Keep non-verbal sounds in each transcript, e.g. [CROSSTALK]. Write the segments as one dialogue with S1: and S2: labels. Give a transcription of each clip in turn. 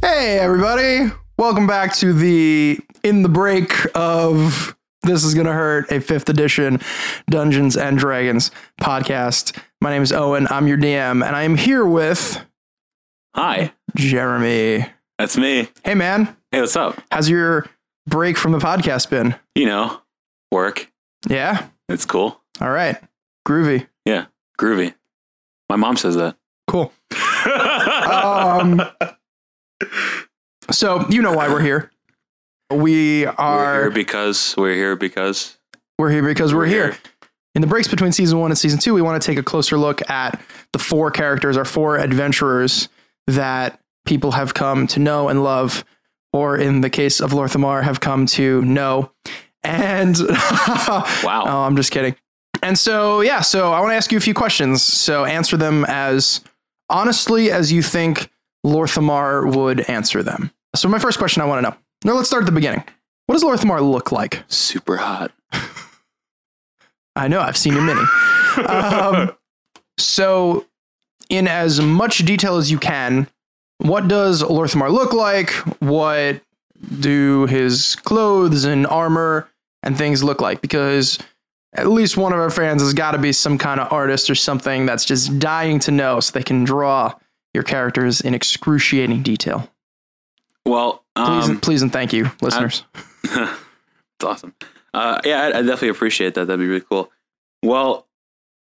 S1: Hey, everybody. Welcome back to the in the break of This Is Gonna Hurt, a fifth edition Dungeons and Dragons podcast. My name is Owen. I'm your DM, and I am here with
S2: Hi,
S1: Jeremy.
S2: that's me.
S1: Hey, man.
S2: Hey, what's up?
S1: How's your break from the podcast been?
S2: You know, work.
S1: Yeah.
S2: It's cool.
S1: All right. Groovy.
S2: Yeah, groovy. My mom says
S1: [LAUGHS]
S2: that.
S1: Cool. Um, so, you know why we're here. We
S2: we're here
S1: are.
S2: because we're here because
S1: We're here because we're here. In the breaks between season one and season two, we want to take a closer look at the four characters, our four adventurers that people have come to know and love, or in the case of Lorthamar, have come to know. And [LAUGHS]
S2: Wow.
S1: Oh, I'm just kidding. And so, yeah, so I want to ask you a few questions. So answer them as honestly as you think Lorthamar would answer them. So, my first question I want to know. Now, let's start at the beginning. What does Lorthamar look like?
S2: Super hot.
S1: I know. I've seen your mini. um, so, in as much detail as you can, what does Lorthamar look like? What do his clothes and armor and things look like? Because at least one of our fans has got to be some kind of artist or something that's just dying to know so they can draw your characters in excruciating detail.
S2: Well,
S1: Please,
S2: um,
S1: please and thank you, listeners.
S2: It's awesome. Uh, yeah, I, I definitely appreciate that. That'd be really cool. Well,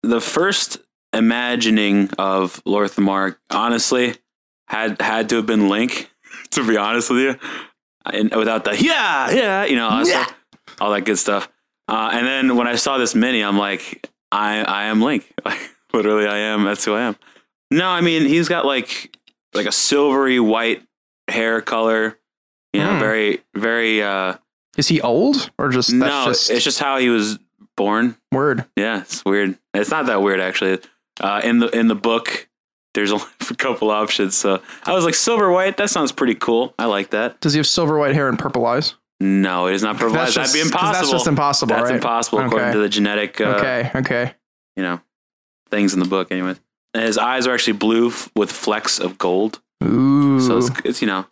S2: the first imagining of Lorthamar, honestly, had had to have been Link. [LAUGHS] To be honest with you, and without the yeah, yeah, you know, all that, stuff- all that good stuff. Uh, and then when I saw this mini, I'm like, I I am Link. [LAUGHS] Like, literally, I am. That's who I am. No, I mean he's got like like a silvery white hair color. You know,
S1: Hmm.
S2: very very. uh
S1: Is he old or just that's
S2: no,
S1: just
S2: it's just how he was born.
S1: word?
S2: Yeah, it's weird. It's not that weird actually. Uh, in the in the book, there's [LAUGHS] only a couple options. So I was like, silver white. That sounds pretty cool. I like that.
S1: Does he have silver white hair and purple eyes?
S2: No, it is not provided. That'd be
S1: 'cause
S2: impossible.
S1: That's just impossible.
S2: That's
S1: right?
S2: impossible according
S1: Okay.
S2: to the genetic, uh,
S1: okay. Okay.
S2: you know, things in the book. Anyways, and his eyes are actually blue f- with flecks of gold.
S1: Ooh.
S2: So it's, it's you know,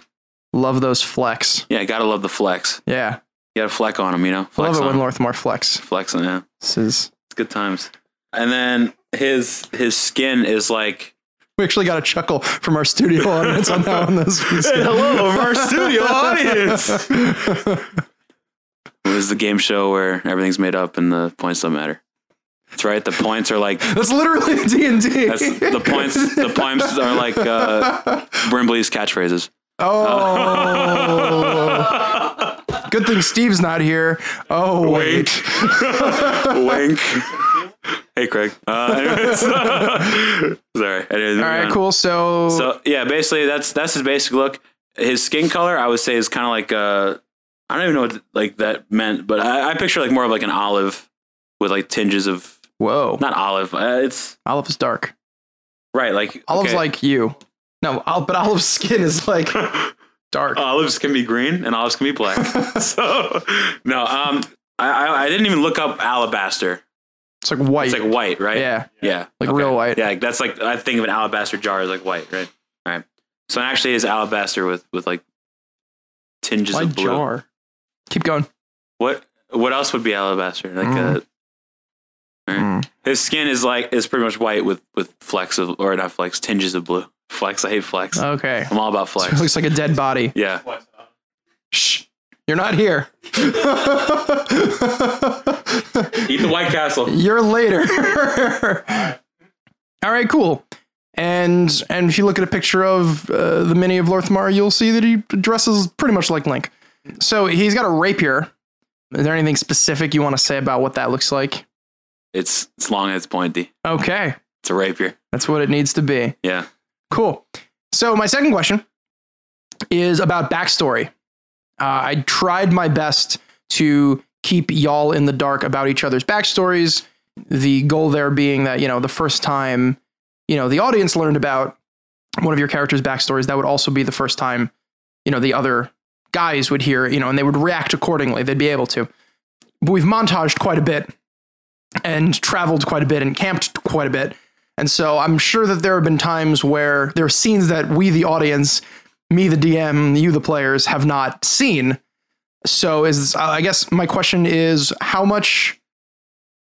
S1: love those flex.
S2: yeah, gotta love the flex.
S1: Yeah.
S2: You got a fleck on him, you know. Flex
S1: love it
S2: on
S1: when
S2: him.
S1: Lorthmar flex.
S2: flex on yeah.
S1: This is.
S2: It's good times. And then his his skin is like
S1: We actually got a chuckle from our studio audience on that one. This
S2: [LAUGHS]
S1: was
S2: Hey, hello from our studio audience.
S1: audience.
S2: It was the game show where everything's made up and the points don't matter. That's right. The points are
S1: [LAUGHS]
S2: like
S1: That's literally [LAUGHS] D and D.
S2: that's the points. The points are like uh, Brimbley's catchphrases. [LAUGHS]
S1: Oh. Good thing Steve's not here. Oh wait.
S2: Wink. hey, Craig. Uh, anyways. [LAUGHS] Sorry. Anyways,
S1: All
S2: [LAUGHS]
S1: right. Cool. So.
S2: So yeah, basically that's that's his basic look. His skin color, I would say, is kind of like uh, I don't even know what like that meant, but I, I picture like more of like an olive with like tinges of
S1: whoa.
S2: not olive. Uh, it's
S1: Olive is dark.
S2: right like
S1: Olive's
S2: okay.
S1: like you. No, Ol- but Olive's skin is
S2: [LAUGHS]
S1: like dark.
S2: olives Oh, can be green and olives can be
S1: [LAUGHS]
S2: black. [LAUGHS] so no, um, I, I I didn't even look up alabaster.
S1: It's like white.
S2: It's like white, right?
S1: yeah,
S2: yeah,
S1: like
S2: Okay.
S1: real white.
S2: Yeah, like, that's like I think of an alabaster jar as like white, right? All right. So actually, is alabaster with with like tinges
S1: Why
S2: of blue.
S1: jar? Keep going.
S2: What what else would be alabaster? Like
S1: Mm.
S2: uh his skin is like is pretty much white with with flecks of or not flecks tinges of blue. [LAUGHS] Flecks. I hate flecks.
S1: Okay.
S2: I'm all
S1: Uh,
S2: about
S1: So it [LAUGHS]
S2: flecks.
S1: looks like a dead body.
S2: Yeah.
S1: Shh. You're not here. [LAUGHS]
S2: Eat the White Castle.
S1: You're later. [LAUGHS] All right, cool. And and if you look at a picture of uh, the mini of Lorthmar, you'll see that he dresses pretty much like Link. So he's got a rapier. Is there anything specific you want to say about what that looks like?
S2: It's it's long and it's pointy.
S1: Okay,
S2: It's a rapier.
S1: that's what it needs to be.
S2: Yeah.
S1: Cool. So my second question is about backstory. Uh, I tried my best to keep y'all in the dark about each other's backstories. The goal there being that you know the first time you know the audience learned about one of your characters' backstories, that would also be the first time you know the other guys would hear you know, and they would react accordingly. They'd be able to. But we've montaged quite a bit and traveled quite a bit and camped quite a bit. And so I'm sure that there have been times where there are scenes that we, the audience, me, the DM, you, the players, have not seen. So is I guess my question is how much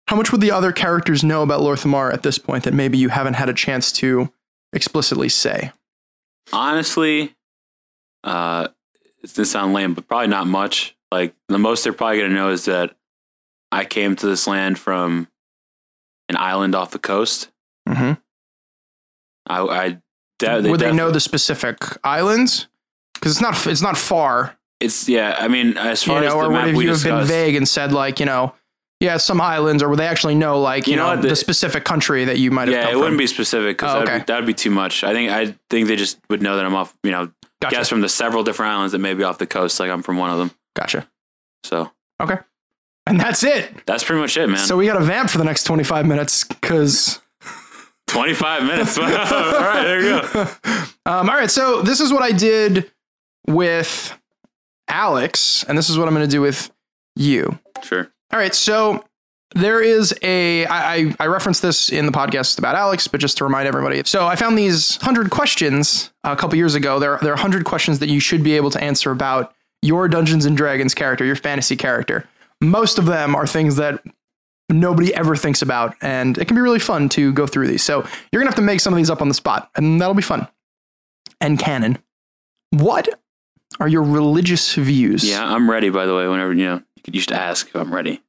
S1: how much would the other characters know about Lorthamar at this point that maybe you haven't had a chance to explicitly say?
S2: Honestly, uh, it's gonna sound lame, but probably not much. Like the most they're probably gonna know is that I came to this land from an island off the coast.
S1: Mhm.
S2: I, I de-
S1: would they
S2: def-
S1: know the specific islands? Because it's not it's not far,
S2: It's yeah. I mean, as
S1: you
S2: far
S1: know.
S2: as the
S1: Or would
S2: map
S1: have
S2: we
S1: you have been
S2: discussed,
S1: vague and said like you know, yeah, some islands, or would they actually know like you,
S2: You know
S1: know,
S2: what,
S1: the,
S2: the-
S1: specific country that you might have?
S2: yeah,
S1: come
S2: it
S1: from?
S2: wouldn't be specific because
S1: Oh, okay.
S2: that'd, be, that'd be too much. I think I think they just would know that I'm off. You know,
S1: Gotcha.
S2: guess from the several different islands that may be off the coast. Like I'm from one of them.
S1: Gotcha.
S2: So
S1: And that's it.
S2: that's pretty much it, man.
S1: So we got to vamp for the next 25 minutes because. [LAUGHS]
S2: 25 minutes. [LAUGHS] All right, there you go.
S1: Um, all right. So this is what I did with Alex, and this is what I'm going to do with you.
S2: Sure.
S1: All right. So there is a. I, I, I referenced this in the podcast about Alex, but just to remind everybody. So I found these 100 questions a couple years ago. There, there are 100 questions that you should be able to answer about your Dungeons and Dragons character, your fantasy character. Most of them are things that nobody ever thinks about. And it can be really fun to go through these. So you're going to have to make some of these up on the spot, and that'll be fun. And canon. What are your religious views?
S2: Yeah, I'm ready. By the way, whenever you know, you should ask if I'm ready.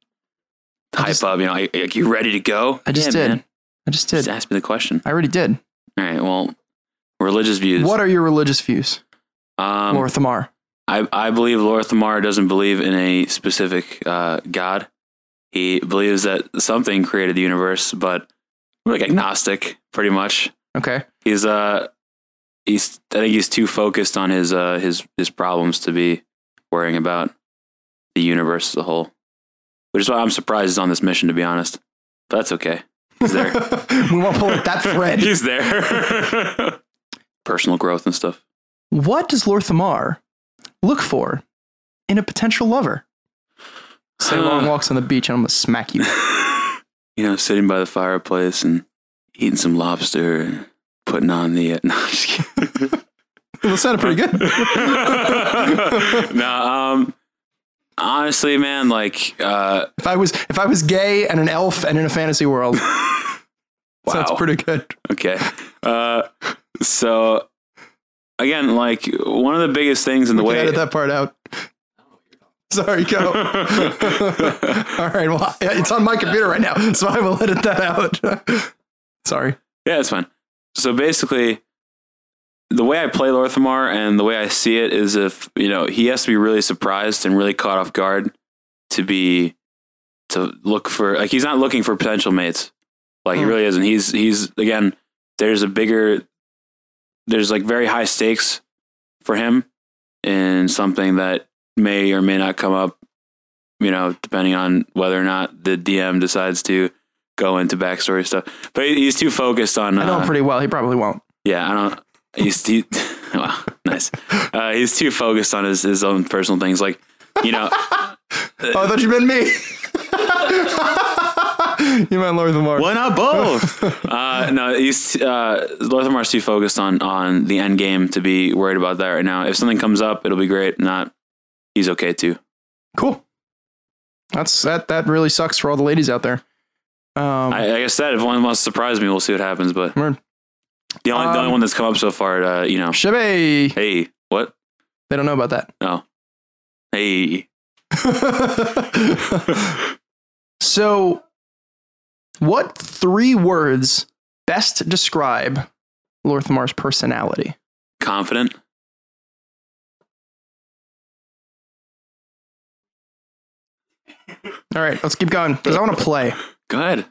S2: Hype
S1: just-
S2: up. You know, like, like, you ready to go?
S1: I just
S2: Yeah,
S1: did.
S2: man.
S1: I just
S2: Just
S1: did.
S2: ask me the question.
S1: I already did.
S2: All right. Well, religious views.
S1: What are your religious views,
S2: Um,
S1: Laura Thamar?
S2: I, I believe Laura Thamar doesn't believe in a specific uh, God. He believes that something created the universe, but like agnostic, pretty much.
S1: Okay.
S2: He's uh, he's I think he's too focused on his uh his his problems to be worrying about the universe as a whole, which is why I'm surprised he's on this mission. To be honest, but that's okay. He's there.
S1: [LAUGHS]
S2: [LAUGHS]
S1: we won't pull up that thread.
S2: he's there. [LAUGHS] Personal growth and stuff.
S1: What does Laura Thamar look for in a potential lover? Say long walks on the beach, and I'm gonna smack
S2: [LAUGHS]
S1: you.
S2: you know, sitting by the fireplace and eating some lobster and putting on the. [LAUGHS] Uh, no, I'm just kidding.
S1: that sounded pretty good.
S2: no, um, honestly, man, like, uh,
S1: If I was if I was gay and an elf and in a fantasy
S2: [LAUGHS]
S1: world,
S2: wow.
S1: sounds pretty good.
S2: okay. Uh, so again, like one of the biggest things in the
S1: We can
S2: way.
S1: edit that part out. Sorry, go.
S2: [LAUGHS]
S1: All right, well, it's on my computer right now, so I will edit that out. [LAUGHS] Sorry.
S2: Yeah, it's fine. So basically, the way I play Lorthamar and the way I see it is if, you know, he has to be really surprised and really caught off guard to be, to look for, like, he's not looking for potential mates. Like, he
S1: Hmm.
S2: really isn't. He's, he's, again, there's a bigger, there's like very high stakes for him in something that may or may not come up, you know, depending on whether or not the DM decides to go into backstory stuff. But he- he's too focused on. Uh,
S1: I know him pretty well. He probably won't.
S2: yeah, I don't. He's he, [LAUGHS] wow, nice. Uh, he's too focused on his, his own personal things. Like, you
S1: [LAUGHS]
S2: know,
S1: Oh, I thought you meant me. [LAUGHS] you meant Lori the Mark.
S2: why not
S1: [LAUGHS]
S2: both? uh, no, he's uh, Lothamar's too focused on on the end game to be worried about that right now. If something comes up, it'll be great. Not, he's okay too.
S1: Cool. That's that. That really sucks for all the ladies out there. Um,
S2: I, like I said, if one wants to surprise me, we'll see what happens. But
S1: Word.
S2: the only the
S1: Um,
S2: only one that's come up so far, uh, you know,
S1: Shibby.
S2: hey, what?
S1: They don't know about that. [LAUGHS]
S2: No, hey,
S1: so, what three words best describe Lorthamar's personality?
S2: confident.
S1: All right, let's keep going because I want to play.
S2: Go ahead.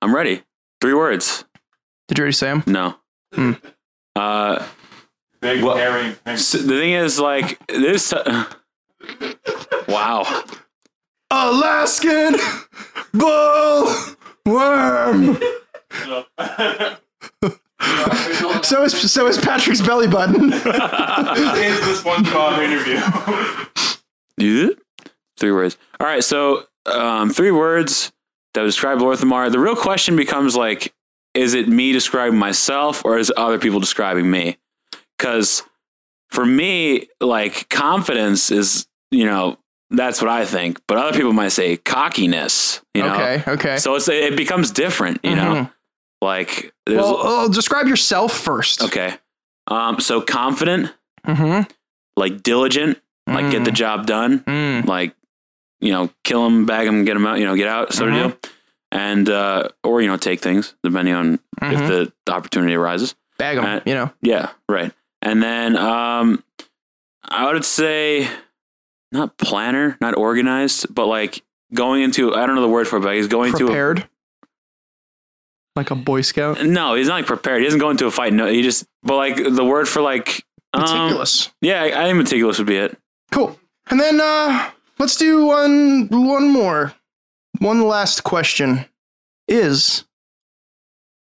S2: I'm ready. Three words.
S1: Did you already say them?
S2: No.
S1: Hmm.
S2: Uh,
S3: Big
S2: Well-
S3: caring
S2: s the thing is, like this. wow. [LAUGHS]
S1: Alaskan bull worm. So is so is Patrick's belly button.
S3: Is [LAUGHS] this SpongeBob interview? [LAUGHS]
S2: Yeah. Three words. All right. So, um, three words that describe Lorthamar. The real question becomes like, is it me describing myself or is it other people describing me? Because for me, like confidence is, you know, that's what I think. But other people might say cockiness,
S1: [LAUGHS]
S2: you know.
S1: okay. Okay.
S2: So it's it becomes different, you know. Like there's
S1: well, oh, describe yourself first.
S2: okay. Um so confident,
S1: Mm-hmm.
S2: like diligent, like get the job done,
S1: Mm.
S2: like you know, kill them, bag them, get them out, you know, get out, sort
S1: Mhm.
S2: of deal. And uh or you know, take things depending on if
S1: Mhm.
S2: the, the opportunity arises.
S1: Bag 'em,
S2: uh,
S1: You know.
S2: Yeah, right. And then um I would say not planner, not organized, but like going into I don't know the word for it, but he's going to
S1: prepared like a boy scout
S2: a, no, he's not like prepared. He doesn't go into a fight. No, he just but like the word for like um,
S1: meticulous
S2: yeah, I, I think meticulous would be it.
S1: cool and then uh let's do one one more one last question is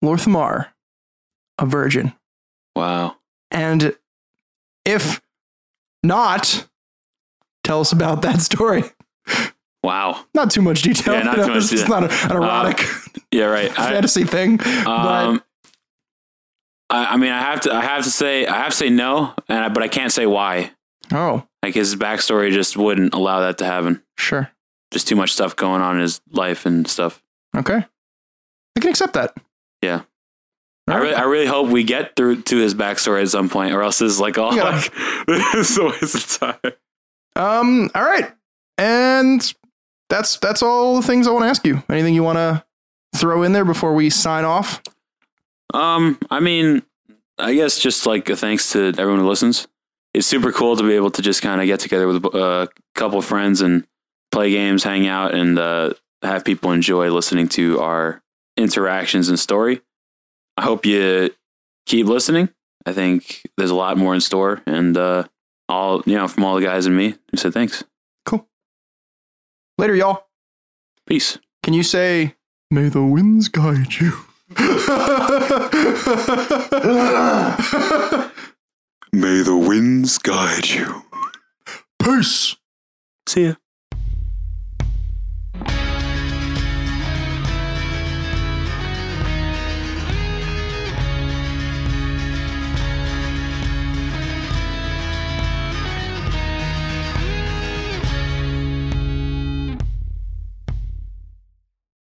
S1: lorthmar a virgin
S2: Wow.
S1: and if not tell us about that [LAUGHS] story
S2: Wow.
S1: not too much detail
S2: Yeah, not
S1: you [LAUGHS] know,
S2: too much
S1: this is
S2: detail.
S1: not a- an erotic
S2: Yeah, right. [LAUGHS] I,
S1: fantasy thing [LAUGHS] but
S2: um I, I mean I have to I have to say I have to say no, and I, but I can't say why.
S1: oh
S2: Like his backstory just wouldn't allow that to happen.
S1: sure
S2: Just too much stuff going on in his life and stuff.
S1: okay i can accept that
S2: Yeah.
S1: All
S2: I
S1: right.
S2: really, I really hope we get through to his backstory at some point, or else this is like all
S1: Yeah.
S2: like [LAUGHS] this is a waste of time.
S1: Um. All right, and that's that's all the things I want to ask you. Anything you want to throw in there before we sign off?
S2: Um, I mean, I guess just like a thanks to everyone who listens. It's super cool to be able to just kind of get together with a uh, couple of friends and play games, hang out, and uh, have people enjoy listening to our interactions and story. I hope you keep listening. I think there's a lot more in store, and uh, all you know from all the guys and me who said thanks.
S1: Later, y'all.
S2: Peace.
S1: Can you say "May the winds guide you"?
S3: [LAUGHS] May the winds guide you.
S1: Peace.
S2: See ya.